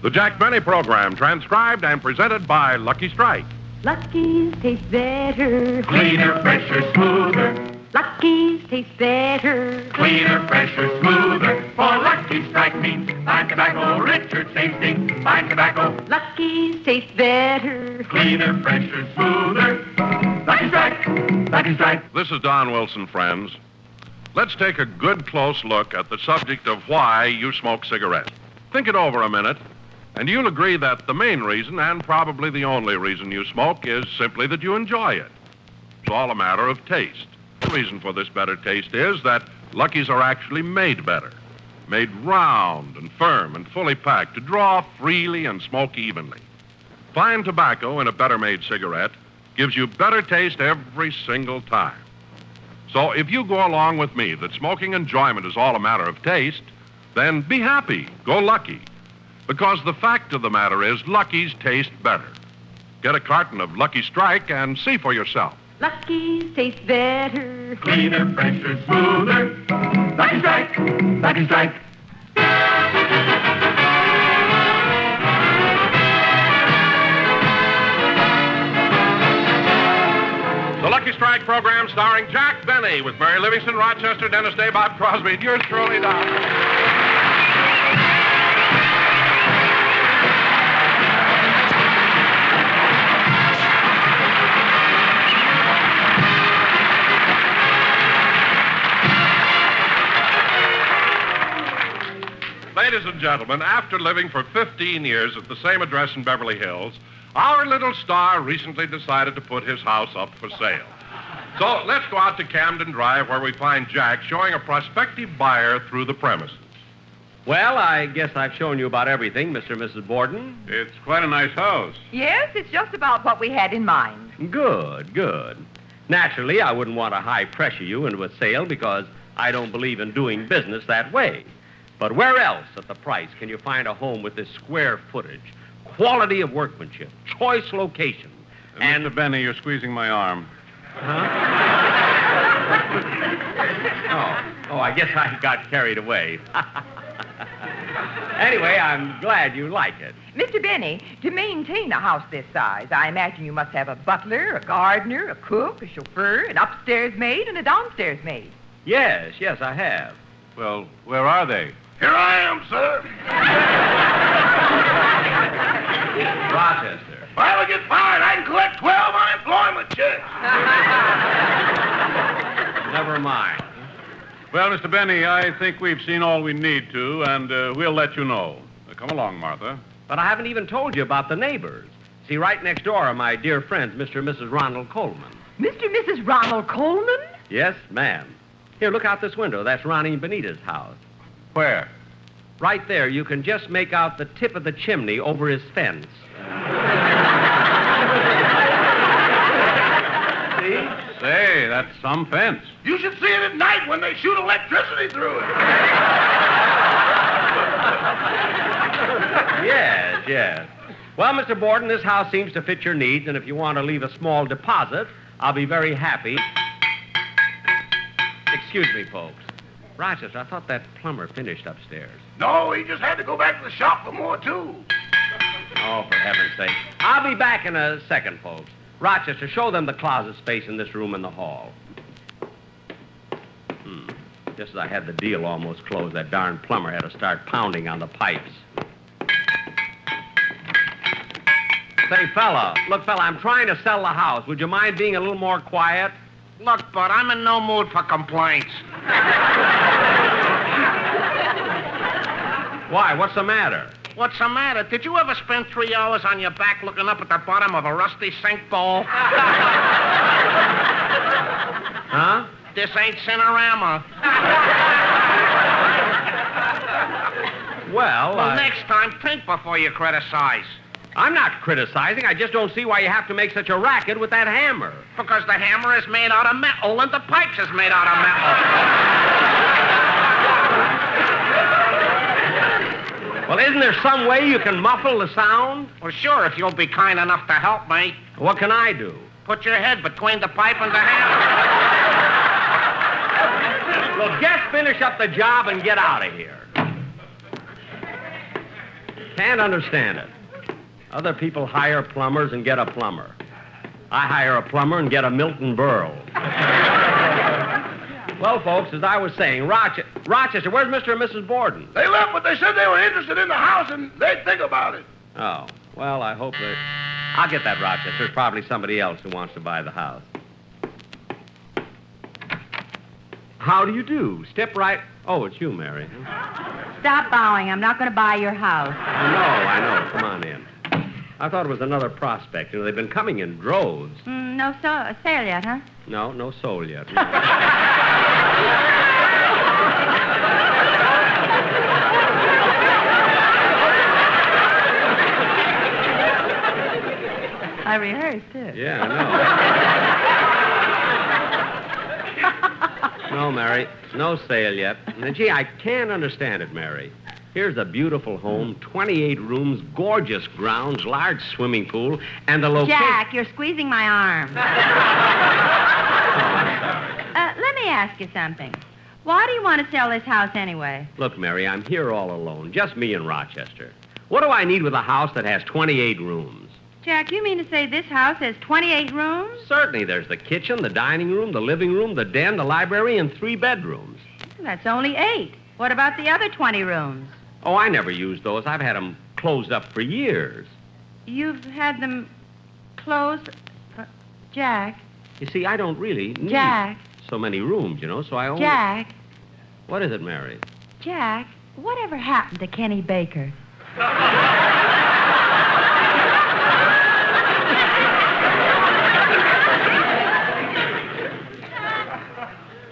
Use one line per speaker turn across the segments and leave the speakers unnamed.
The Jack Benny program, transcribed and presented by Lucky Strike.
Lucky's taste better.
Cleaner, fresher, smoother.
Lucky's taste better.
Cleaner, fresher, smoother. For Lucky Strike means fine tobacco, richer tasting, fine tobacco.
Lucky's taste better.
Cleaner, fresher, smoother. Lucky Strike, Lucky Strike.
This is Don Wilson, friends. Let's take a good close look at the subject of why you smoke cigarettes. Think it over a minute, and you'll agree that the main reason, and probably the only reason you smoke, is simply that you enjoy it. It's all a matter of taste. The reason for this better taste is that Luckies are actually made better. Made round and firm and fully packed to draw freely and smoke evenly. Fine tobacco in a better made cigarette gives you better taste every single time. So if you go along with me that smoking enjoyment is all a matter of taste, then be happy, go lucky. Because the fact of the matter is, Lucky's taste better. Get a carton of Lucky Strike and see for yourself.
Lucky's taste better.
Cleaner, fresher, smoother. Lucky Strike, Lucky Strike.
The Lucky Strike program starring Jack Benny with Mary Livingston, Rochester, Dennis Day, Bob Crosby, and yours truly, Don. Ladies and gentlemen, after living for 15 years at the same address in Beverly Hills, our little star recently decided to put his house up for sale. So let's go out to Camden Drive where we find Jack showing a prospective buyer through the premises.
Well, I guess I've shown you about everything, Mr. and Mrs. Borden.
It's quite a nice house.
Yes, it's just about what we had in mind.
Good, good. Naturally, I wouldn't want to high pressure you into a sale because I don't believe in doing business that way. But where else at the price can you find a home with this square footage, quality of workmanship, choice location, and.
Mr. Benny, you're squeezing my arm.
Oh, oh, I guess I got carried away. anyway, I'm glad you like it.
Mr. Benny, to maintain a house this size, I imagine you must have a butler, a gardener, a cook, a chauffeur, an upstairs maid, and a downstairs maid.
Yes, yes, I have.
Well, where are they?
Here I am, sir.
Rochester.
If I ever get fired, I can collect 12 unemployment checks.
Never mind.
Well, Mr. Benny, I think we've seen all we need to, and uh, we'll let you know. Uh, come along, Martha.
But I haven't even told you about the neighbors. See, right next door are my dear friends, Mr. and Mrs. Ronald Coleman.
Mr. and Mrs. Ronald Coleman?
Yes, ma'am. Here, look out this window. That's Ronnie and Benita's house.
Where?
Right there, you can just make out the tip of the chimney over his fence.
Say, that's some fence.
You should see it at night when they shoot electricity through it.
Yes, yes. Well, Mr. Borden, this house seems to fit your needs, and if you want to leave a small deposit, I'll be very happy. Excuse me, folks. Rochester, I thought that plumber finished upstairs.
No, he just had to go back to the shop for more tools.
Oh, for heaven's sake. I'll be back in a second, folks. Rochester, show them the closet space in this room and the hall. Hmm. Just as I had the deal almost closed, that darn plumber had to start pounding on the pipes. Say, fella, look, fella, I'm trying to sell the house. Would you mind being a little more quiet?
Look, Bud, I'm in no mood for complaints.
Why? What's the matter?
What's the matter? Did you ever spend three hours on your back looking up at the bottom of a rusty sink bowl?
Huh?
This ain't Cinerama.
Well,
Well,
I-
next time, think before you criticize.
I'm not criticizing. I just don't see why you have to make such a racket with that hammer.
Because the hammer is made out of metal and the pipes is made out of metal.
Well, isn't there some way you can muffle the sound?
Well, sure, if you'll be kind enough to help me.
What can I do?
Put your head between the pipe and the hammer.
Well, just finish up the job and get out of here. Can't understand it. Other people hire plumbers and get a plumber. I hire a plumber and get a Milton Berle. well, folks, as I was saying, Rochester, Rochester, where's Mr. and Mrs. Borden?
They left, but they said they were interested in the house and they'd think about it.
Oh, well, I hope they. I'll get that, Rochester. There's probably somebody else who wants to buy the house. How do you do? Step right. Oh, it's you, Mary.
Stop bowing. I'm not going to buy your house.
I know, I know. Come on in. I thought it was another prospect. You know, they've been coming in droves.
Mm, no so- sale yet, huh?
No, no soul yet.
I rehearsed it.
Yeah, I know. no, Mary, no sale yet. And gee, I can't understand it, Mary. Here's a beautiful home, 28 rooms, gorgeous grounds, large swimming pool, and the location.
Jack, you're squeezing my arm. uh, let me ask you something. Why do you want to sell this house anyway?
Look, Mary, I'm here all alone, just me and Rochester. What do I need with a house that has 28 rooms?
Jack, you mean to say this house has 28 rooms?
Certainly, there's the kitchen, the dining room, the living room, the den, the library, and three bedrooms.
That's only eight. What about the other 20 rooms?
Oh, I never used those. I've had them closed up for years.
You've had them closed. Uh, Jack,
You see, I don't really need
Jack,
so many rooms, you know, so I only.
Jack,
What is it, Mary?
Jack, whatever happened to Kenny Baker?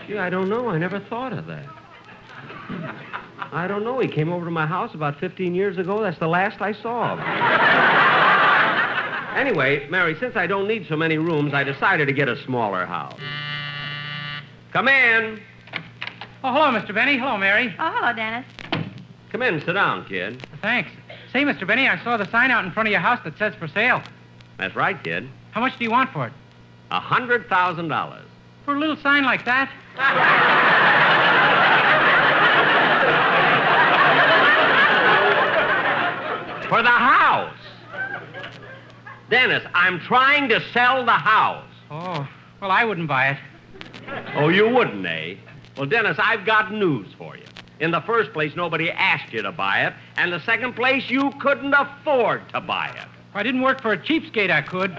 Gee, I don't know. I never thought of that. I don't know. He came over to my house about 15 years ago. That's the last I saw of him. anyway, Mary, since I don't need so many rooms, I decided to get a smaller house. Come in.
Oh, hello, Mr. Benny. Hello, Mary.
Oh, hello, Dennis.
Come in and sit down, kid.
Thanks. Say, Mr. Benny, I saw the sign out in front of your house that says for sale.
That's right, kid.
How much do you want for it?
A hundred thousand dollars.
For a little sign like that?
For the house. Dennis, I'm trying to sell the house.
Oh, well, I wouldn't buy it.
Oh, you wouldn't, eh? Well, Dennis, I've got news for you. In the first place, nobody asked you to buy it, and the second place, you couldn't afford to buy it.
If I didn't work for a cheapskate, I could.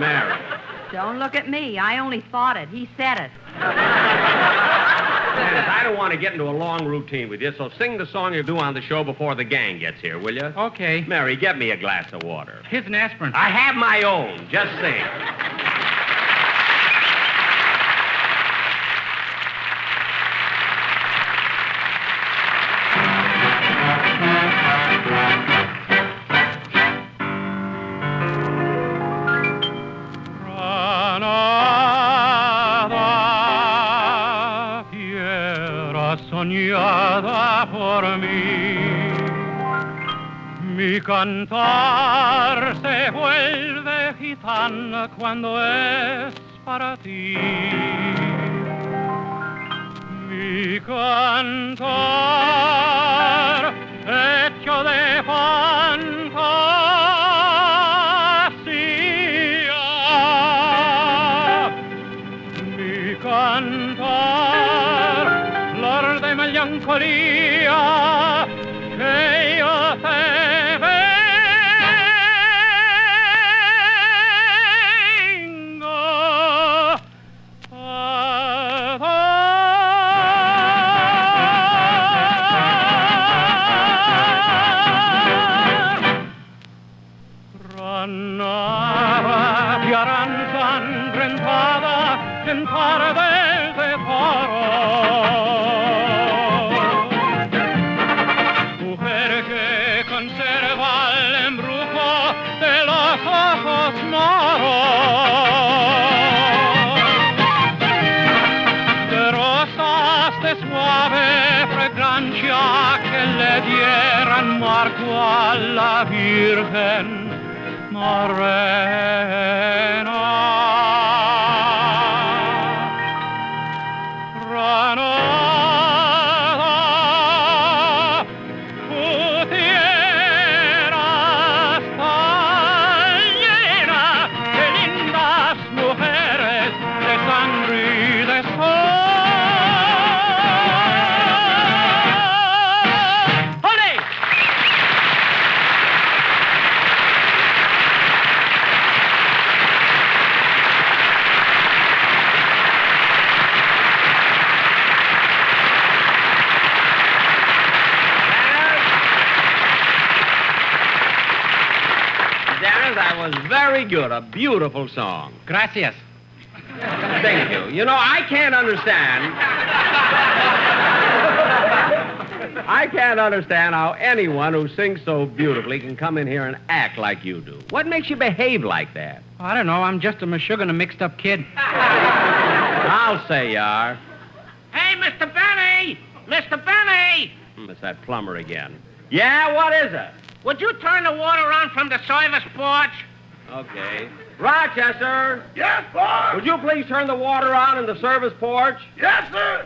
Mary.
Don't look at me. I only thought it. He said it.
Dennis, I don't want to get into a long routine with you, so sing the song you'll do on the show before the gang gets here, will you?
Okay.
Mary, get me a glass of water.
Here's an aspirin.
I have my own. Just sing.
Granada, tierra soñada por mí. Mi cantar se vuelve gitana cuando es para ti. Mi cantar hecho de fantasía mi cantar, flor de melancolía, que yo te vengo a dar. Ranaba y aranzan rentada en par de faro. Mujer que conserva el embrujo de los ojos moros. De rosas de suave fragancia que le dieran marco a la Virgen morena. Granada,
was very good. A beautiful song.
Gracias.
Thank you. You know, I can't understand. I can't understand how anyone who sings so beautifully can come in here and act like you do. What makes you behave like that?
I don't know. I'm just a mashugan, a mixed up kid.
I'll say you are.
Hey, Mr. Benny! Mr. Benny!
Hmm, It's that plumber again. Yeah, what is it?
Would you turn the water on from the service porch?
Okay. Rochester,
Yes, boss.
would you please turn the water on in the service porch?
Yes, sir.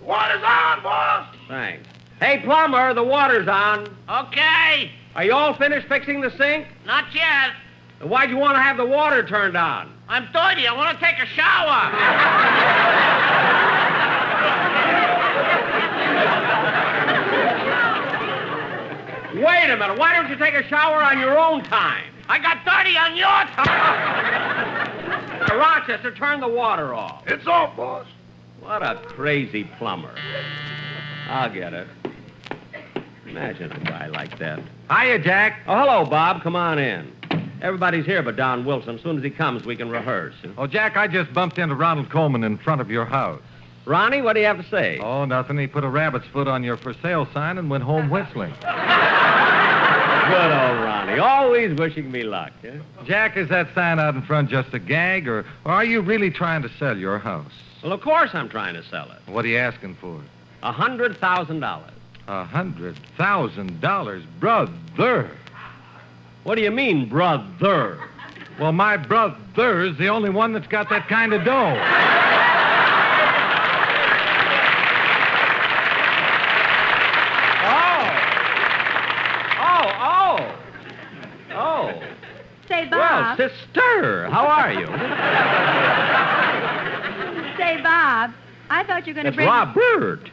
The water's on, boss.
Thanks. Hey, plumber, the water's on.
Okay.
Are you all finished fixing the sink?
Not yet.
Then Why'd you want to have the water turned on?
I'm dirty. I want to take a shower.
Wait a minute. Why don't you take a shower on your own time?
I got dirty on your time.
Now, Rochester, turn the water off.
It's on, boss.
What a crazy plumber. I'll get it. Imagine a guy like that. Hiya, Jack. Oh, hello, Bob. Come on in. Everybody's here but Don Wilson. As soon as he comes, we can rehearse.
Oh, Jack, I just bumped into Ronald Coleman in front of your house.
Ronnie, what do you have to say?
Oh, nothing. He put a rabbit's foot on your for sale sign and went home whistling.
Good old Ronnie. Always wishing me luck. eh?
Jack, is that sign out in front just a gag, or, or are you really trying to sell your house?
Well, of course I'm trying to sell it.
What are you asking for?
A hundred thousand dollars.
A hundred thousand dollars, brother.
What do you mean, brother?
Well, my brother's the only one that's got that kind of dough.
Oh. Oh, oh. Oh.
Say,
Well,
Bob.
sister, how are you?
Say, Bob. I thought you were going to
It's
bring.
Robert.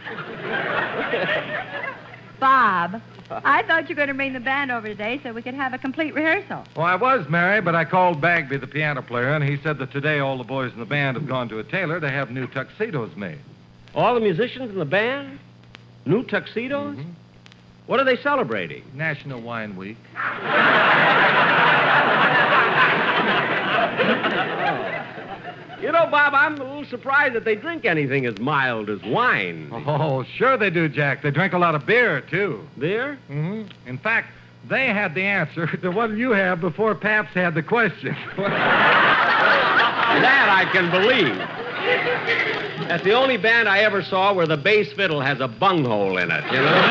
Bob. I thought you were going to bring the band over today so we could have a complete rehearsal.
Well, I was, Mary, but I called Bagby, the piano player, and he said that today all the boys in the band have gone to a tailor to have new tuxedos made.
All the musicians in the band? New tuxedos? What are they celebrating?
National Wine Week.
You know, Bob, I'm a little surprised that they drink anything as mild as wine.
Oh, sure they do, Jack. They drink a lot of beer, too.
There?
hmm In fact, they had the answer to what you have before Paps had the question.
That I can believe. That's the only band I ever saw where the bass fiddle has a bunghole in it, you know?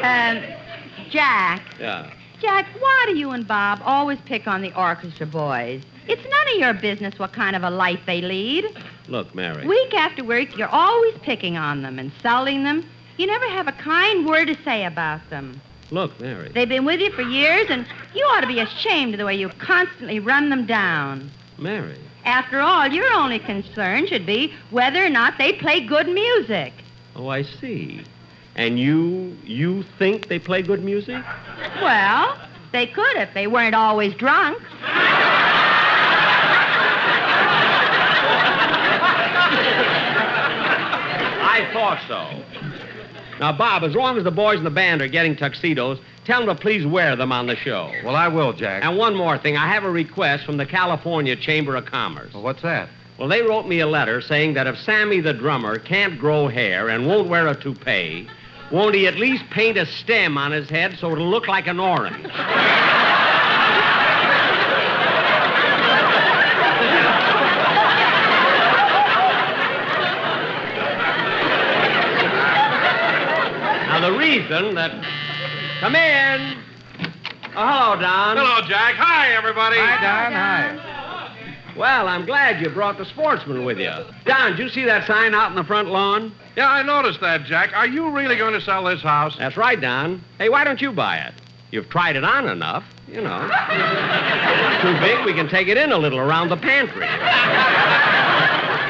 Um, Jack.
Yeah.
Jack, why do you and Bob always pick on the orchestra boys? It's none of your business what kind of a life they lead.
Look, Mary.
Week after week, you're always picking on them, insulting them. You never have a kind word to say about them.
Look, Mary.
They've been with you for years, and you ought to be ashamed of the way you constantly run them down.
Mary.
After all, your only concern should be whether or not they play good music.
Oh, I see. And you you think they play good music?
Well, they could if they weren't always drunk.
I thought so. Now, Bob, as long as the boys in the band are getting tuxedos, tell them to please wear them on the show.
well, I will, Jack.
And one more thing, I have a request from the California Chamber of Commerce.
Well, what's that?
Well, they wrote me a letter saying that if Sammy the drummer can't grow hair and won't wear a toupee, won't he at least paint a stem on his head so it'll look like an orange? now, the reason that. Come in! Oh, hello, Don.
Hello, Jack. Hi, everybody.
Don, hi.
Well, I'm glad you brought the sportsman with you. Don, did you see that sign out in the front lawn?
Yeah, I noticed that, Jack. Are you really going to sell this house?
That's right, Don. Hey, why don't you buy it? You've tried it on enough, you know. Too big, we can take it in a little around the pantry.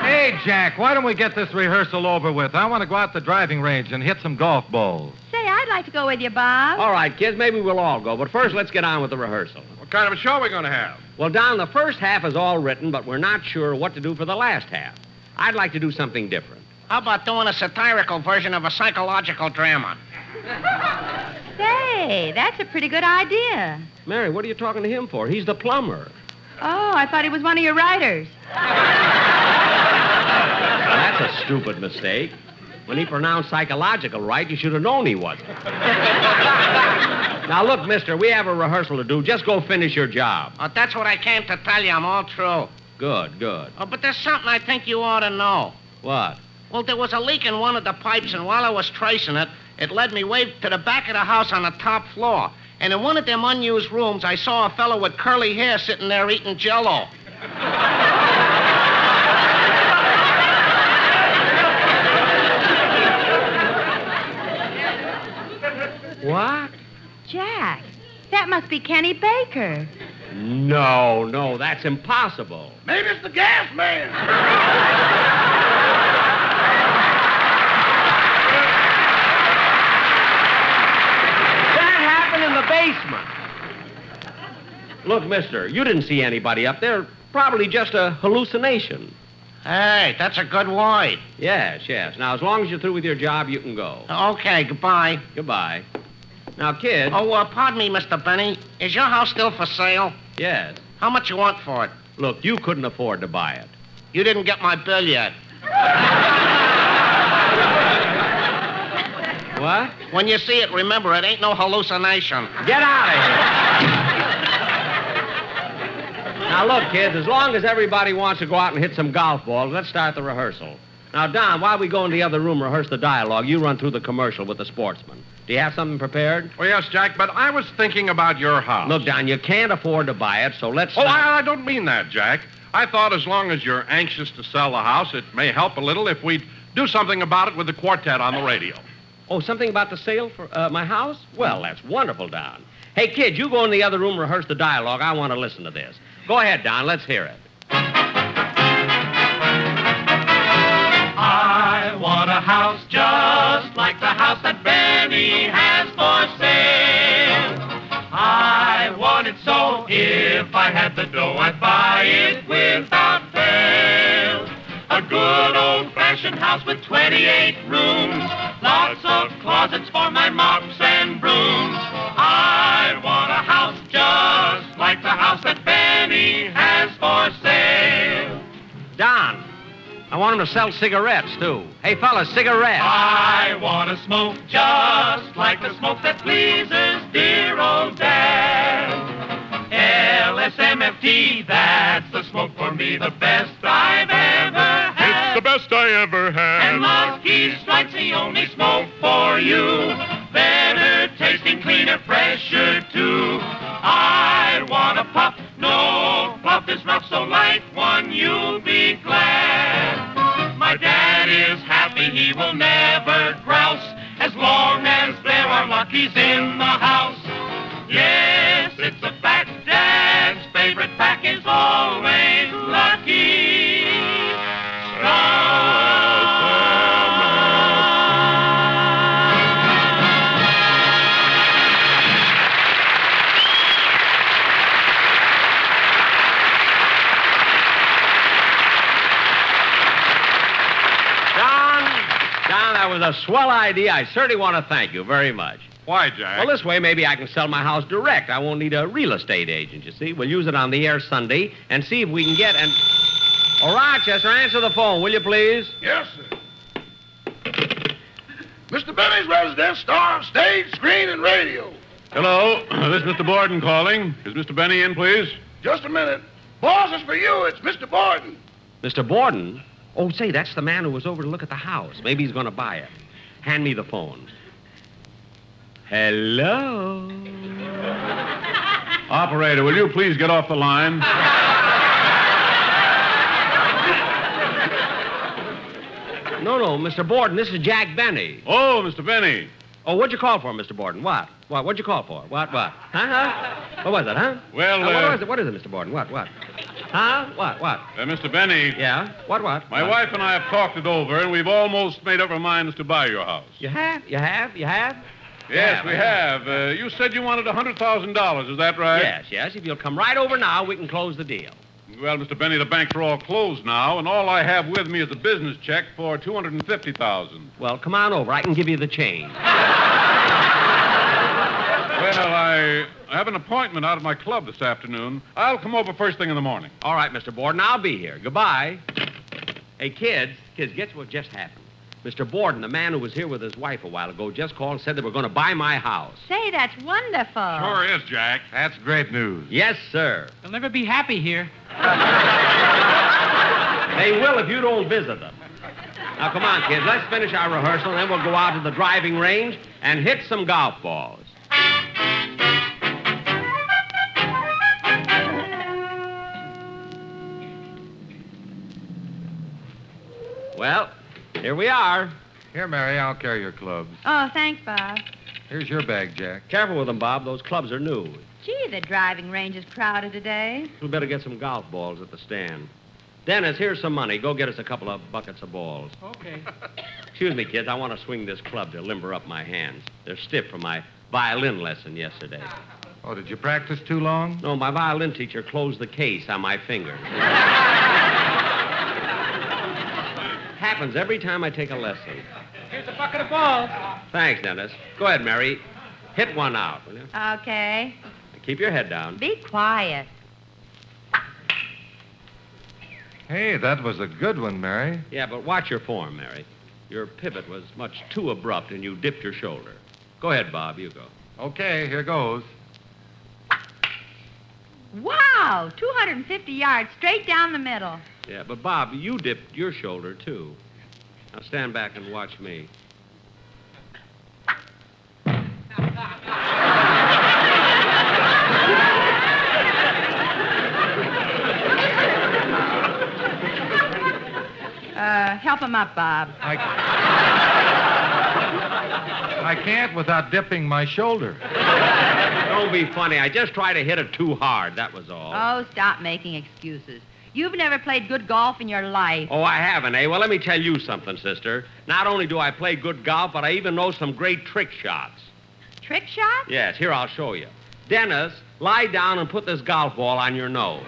Hey, Jack, why don't we get this rehearsal over with? I want to go out the driving range and hit some golf balls.
Say, I'd like to go with you, Bob.
All right, kids, maybe we'll all go, but first let's get on with the rehearsal.
What kind of a show are we going to have?
Well, Don, the first half is all written, but we're not sure what to do for the last half. I'd like to do something different.
How about doing a satirical version of a psychological drama?
Say, that's a pretty good idea.
Mary, what are you talking to him for? He's the plumber.
Oh, I thought he was one of your writers.
That's a stupid mistake. When he pronounced psychological right, you should have known he wasn't. Now, look, mister, we have a rehearsal to do. Just go finish your job.
Oh, that's what I came to tell you. I'm all true.
Good, good.
Oh, but there's something I think you ought to know.
What?
Well, there was a leak in one of the pipes, and while I was tracing it, it led me way to the back of the house on the top floor. And in one of them unused rooms, I saw a fellow with curly hair sitting there eating jello.
What?
Jack, that must be Kenny Baker.
No, no, that's impossible.
Maybe it's the gas man.
That happened in the basement. Look, mister, you didn't see anybody up there. Probably just a hallucination.
Hey, that's a good word.
Yes, yes. Now, as long as you're through with your job, you can go.
Okay, goodbye.
Goodbye. Now, kid.
Oh, uh, pardon me, Mr. Benny. Is your house still for sale?
Yes.
How much you want for it?
Look, you couldn't afford to buy it.
You didn't get my bill yet.
What?
When you see it, remember it ain't no hallucination.
Get out of here. now, look, kids, as long as everybody wants to go out and hit some golf balls, let's start the rehearsal. Now, Don, while we go in the other room, rehearse the dialogue, you run through the commercial with the sportsman. Do you have something prepared?
Well, yes, Jack, but I was thinking about your house.
Look, Don, you can't afford to buy it, so let's.
Oh, I, I don't mean that, Jack. I thought as long as you're anxious to sell the house, it may help a little if we do something about it with the quartet on the radio.
Oh, something about the sale for uh, my house? Well, that's wonderful, Don. Hey, kid, you go in the other room, rehearse the dialogue. I want to listen to this. Go ahead, Don. Let's hear it.
I want a house just like the house that Benny has for sale. I want it so if I had the dough, I'd buy it without fail. A good old-fashioned house with 28 rooms, lots of closets for my mops and brooms. I want a house just like the house that Benny has for sale.
Don, I want him to sell cigarettes, too. Hey, fellas, cigarettes.
I want to smoke just like the smoke that pleases dear old dad. LSMFT, that's the smoke for me, the best I've ever had.
best I ever had.
And Lucky Strike's the only smoke for you. Better tasting, cleaner, fresher too. I want a puff, no puff is rough, so light one you'll be glad. My dad is happy, he will never grouse as long as there are Luckies in the house. Yes, it's a fact, Dad's favorite pack is always Lucky Strike.
Don, Don, that was a swell idea. I certainly want to thank you very much.
Why, Jack?
Well, this way, maybe I can sell my house direct. I won't need a real estate agent, you see. We'll use it on the air Sunday and see if we can get an. Oh, Rochester, answer the phone, will you, please?
Yes, sir. Mr. Benny's residence star, stage, screen, and radio.
Hello, this is Mr. Borden calling. Is Mr. Benny in, please?
Just a minute. Boss is for you. It's Mr. Borden.
Mr. Borden? Oh, say, that's the man who was over to look at the house. Maybe he's going to buy it. Hand me the phone. Hello?
Operator, will you please get off the line?
No, no, Mr. Borden, this is Jack Benny.
Oh, Mr. Benny.
Oh, what'd you call for, Mr. Borden? What? What? What'd you call for? What? What? Huh? huh? What was it, huh?
Well,
Uh, what
uh,
was it? What is it, Mr. Borden? What? What? Huh? What? What?
Uh, Mr. Benny,
Yeah? What? What?
my
What?
wife and I have talked it over, and we've almost made up our minds to buy your house.
You have? You have? You have?
Yes,
Yeah,
we
well-
have. Uh, you said you wanted a $100,000, is that right?
Yes, yes. If you'll come right over now, we can close the deal.
Well, Mr. Benny, the banks are all closed now, and all I have with me is a business check for 250000
Well, come on over. I can give you the change.
Well, I have an appointment out at my club this afternoon. I'll come over first thing in the morning.
All right, Mr. Borden, I'll be here. Goodbye. Hey, kids, kids, guess what just happened? Mr. Borden, the man who was here with his wife a while ago, just called and said they were going to buy my house.
Say, that's wonderful.
Uh-huh.
is, Jack.
That's great news.
Yes, sir.
They'll never be happy here.
They will if you don't visit them. Now, come on, kids, let's finish our rehearsal, and then we'll go out to the driving range and hit some golf balls. Well, here we are.
Here, Mary, I'll carry your clubs.
Oh, thanks, Bob.
Here's your bag, Jack.
Careful with them, Bob. Those clubs are new.
Gee, the driving range is crowded today.
We better get some golf balls at the stand. Dennis, here's some money. Go get us a couple of buckets of balls.
Okay.
Excuse me, kids. I want to swing this club to limber up my hands. They're stiff from my violin lesson yesterday.
Oh, did you practice too long?
No, my violin teacher closed the case on my fingers. Happens every time I take a lesson.
Here's a bucket of balls.
Thanks, Dennis. Go ahead, Mary. Hit one out, will you?
Okay.
Keep your head down.
Be quiet.
Hey, that was a good one, Mary.
Yeah, but watch your form, Mary. Your pivot was much too abrupt, and you dipped your shoulder. Go ahead, Bob. You go.
Okay, here goes.
Wow, 250 yards straight down the middle.
Yeah, but Bob, you dipped your shoulder, too. Now stand back and watch me.
Uh, help him up, Bob.
I, I can't without dipping my shoulder.
Don't be funny. I just tried to hit it too hard, that was all.
Oh, stop making excuses. You've never played good golf in your life.
Oh, I haven't, eh? Well, let me tell you something, sister. Not only do I play good golf, but I even know some great trick shots.
Trick shot?
Yes, here I'll show you. Dennis, lie down and put this golf ball on your nose.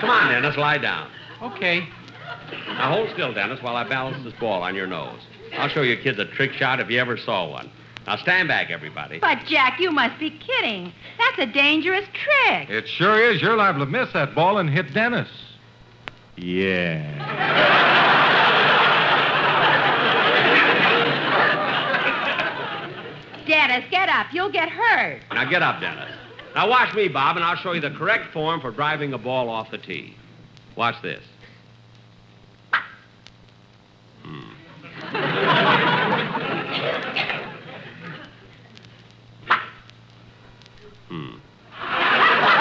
Come on, Dennis, lie down.
Okay.
Now hold still, Dennis, while I balance this ball on your nose. I'll show you kids a trick shot if you ever saw one. Now stand back, everybody.
But, Jack, you must be kidding. That's a dangerous trick.
It sure is. You're liable to miss that ball and hit Dennis. Yeah.
Dennis, get up. You'll get hurt.
Now get up, Dennis. Now watch me, Bob, and I'll show you the correct form for driving a ball off the tee. Watch this. Hmm. Hmm.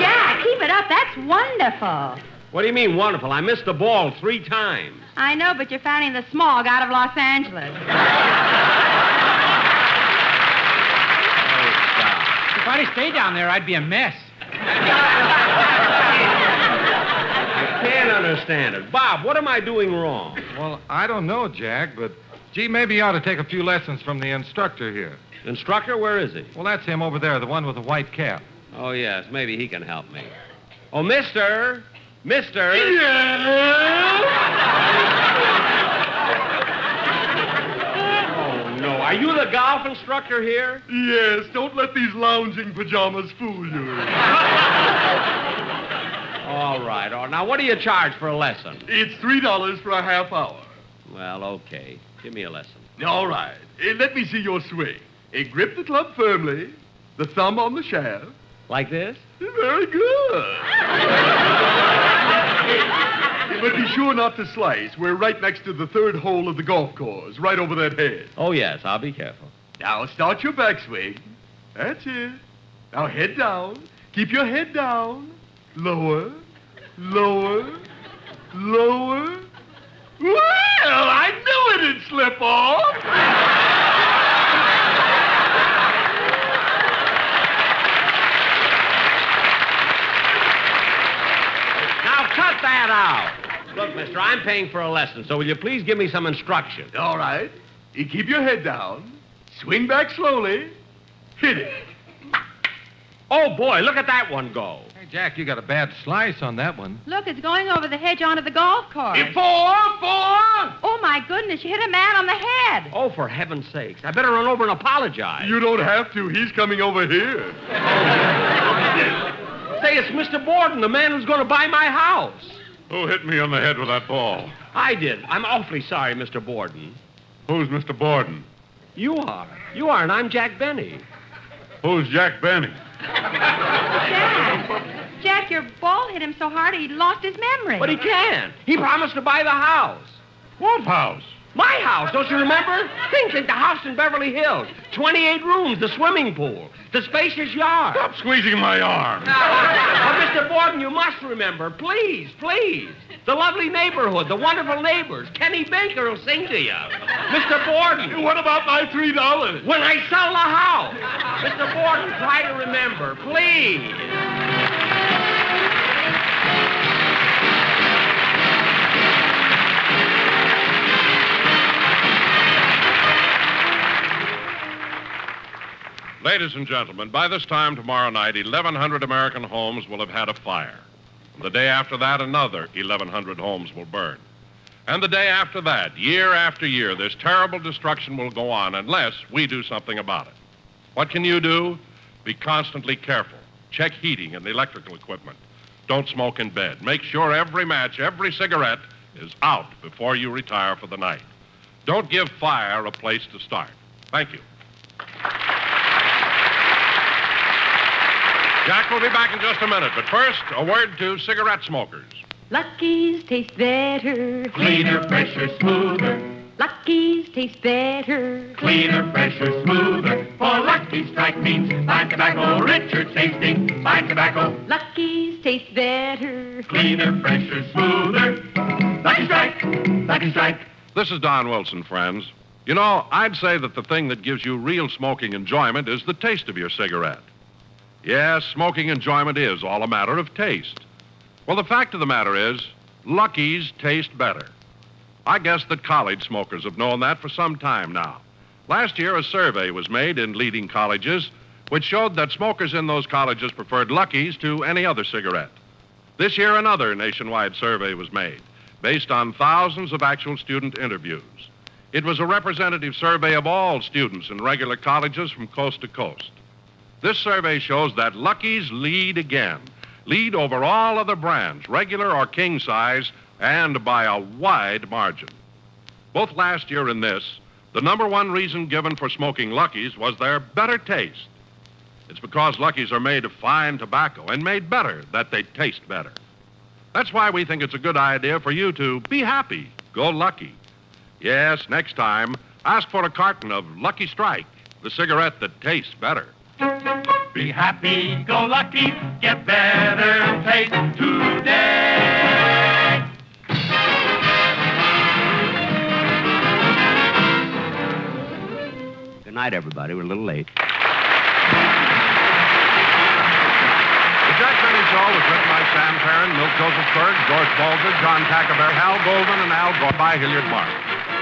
Jack, keep it up. That's wonderful.
What do you mean, wonderful? I missed the ball three times.
I know, but you're finding the smog out of Los Angeles.
If I'd have stayed down there, I'd be a mess.
I can't understand it. Bob, what am I doing wrong?
Well, I don't know, Jack, but gee, maybe you ought to take a few lessons from the instructor here.
Instructor, where is he?
Well, that's him over there, the one with the white cap.
Oh, yes, maybe he can help me. Oh, mister! Mister! oh, no. Are you the golf instructor here?
Yes, don't let these lounging pajamas fool you.
All right. All right. Now, what do you charge for a lesson?
It's three dollars for a half hour.
Well, okay. Give me a lesson.
All right. Eh, let me see your swing. Eh, grip the club firmly, the thumb on the shaft.
Like this?
Very good. Eh, But be sure not to slice. We're right next to the third hole of the golf course, right over that head.
Oh, yes. I'll be careful.
Now start your backswing. That's it. Now head down. Keep your head down. Lower, lower, lower. Well, I knew it'd slip off.
Now, cut that out. Look, mister, I'm paying for a lesson, so will you please give me some instruction?
All right. You keep your head down. Swing back slowly. Hit it.
Oh, boy, look at that one go.
Hey, Jack, you got a bad slice on that one.
Look, it's going over the hedge onto the golf cart.
Hey,
four, four! Oh, my goodness, you hit a man on the head.
Oh, for heaven's sakes. I better run over and apologize.
You don't have to. He's coming over here.
Say, it's Mr. Borden, the man who's going to buy my house.
Who hit me on the head with that ball?
I did. I'm awfully sorry, Mr. Borden.
Who's Mr. Borden?
You are. You are, and I'm Jack Benny.
Who's Jack Benny?
Jack. Jack, your ball hit him so hard he lost his memory.
But he can't. He promised to buy the house.
What house?
My house, don't you remember? Think like the house in Beverly Hills. 28 rooms, the swimming pool, the spacious yard.
Stop squeezing my arm.
oh, Mr. Borden, you must remember. Please, please. The lovely neighborhood, the wonderful neighbors. Kenny Baker will sing to you. Mr. Borden.
What about my three dollars?
When I sell the house. Mr. Borden, try to remember, please.
Ladies and gentlemen, by this time tomorrow night, 1,100 American homes will have had a fire. The day after that, another 1,100 homes will burn. And the day after that, year after year, this terrible destruction will go on unless we do something about it. What can you do? Be constantly careful. Check heating and electrical equipment. Don't smoke in bed. Make sure every match, every cigarette is out before you retire for the night. Don't give fire a place to start. Thank you. Jack will be back in just a minute, but first, a word to cigarette smokers.
Lucky's taste better.
Cleaner, fresher, smoother.
Lucky's taste better.
Cleaner, fresher, smoother. For Lucky Strike means fine tobacco, richer tasting, fine tobacco.
Lucky's taste better.
Cleaner, fresher, smoother. Lucky Strike. Lucky Strike.
This is Don Wilson, friends. You know, I'd say that the thing that gives you real smoking enjoyment is the taste of your cigarette. Yes, smoking enjoyment is all a matter of taste. Well, the fact of the matter is, Luckies taste better. I guess that college smokers have known that for some time now. Last year, a survey was made in leading colleges which showed that smokers in those colleges preferred Luckies to any other cigarette. This year, another nationwide survey was made based on thousands of actual student interviews. It was a representative survey of all students in regular colleges from coast to coast. This survey shows that Lucky's lead again, lead over all other brands, regular or king size, and by a wide margin. Both last year and this, the number one reason given for smoking Lucky's was their better taste. It's because Lucky's are made of fine tobacco and made better that they taste better. That's why we think it's a good idea for you to be happy, go lucky. Yes, next time, ask for a carton of Lucky Strike, the cigarette that tastes better.
Be happy, go lucky, get better paid today.
Good night, everybody. We're a little late.
The Jack Benny Show was written by Sam Perrin, Milt Josephsberg, George Balzer, John Tackerberg, Hal Goldman, and Al Gore by Hilliard Mark.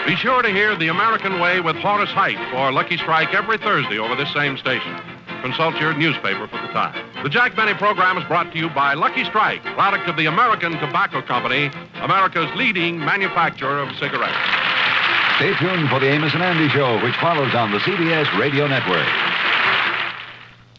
Be sure to hear The American Way with Horace Height for Lucky Strike every Thursday over this same station. Consult your newspaper for the time. The Jack Benny program is brought to you by Lucky Strike, product of the American Tobacco Company, America's leading manufacturer of cigarettes.
Stay tuned for the Amos and Andy Show, which follows on the CBS Radio Network.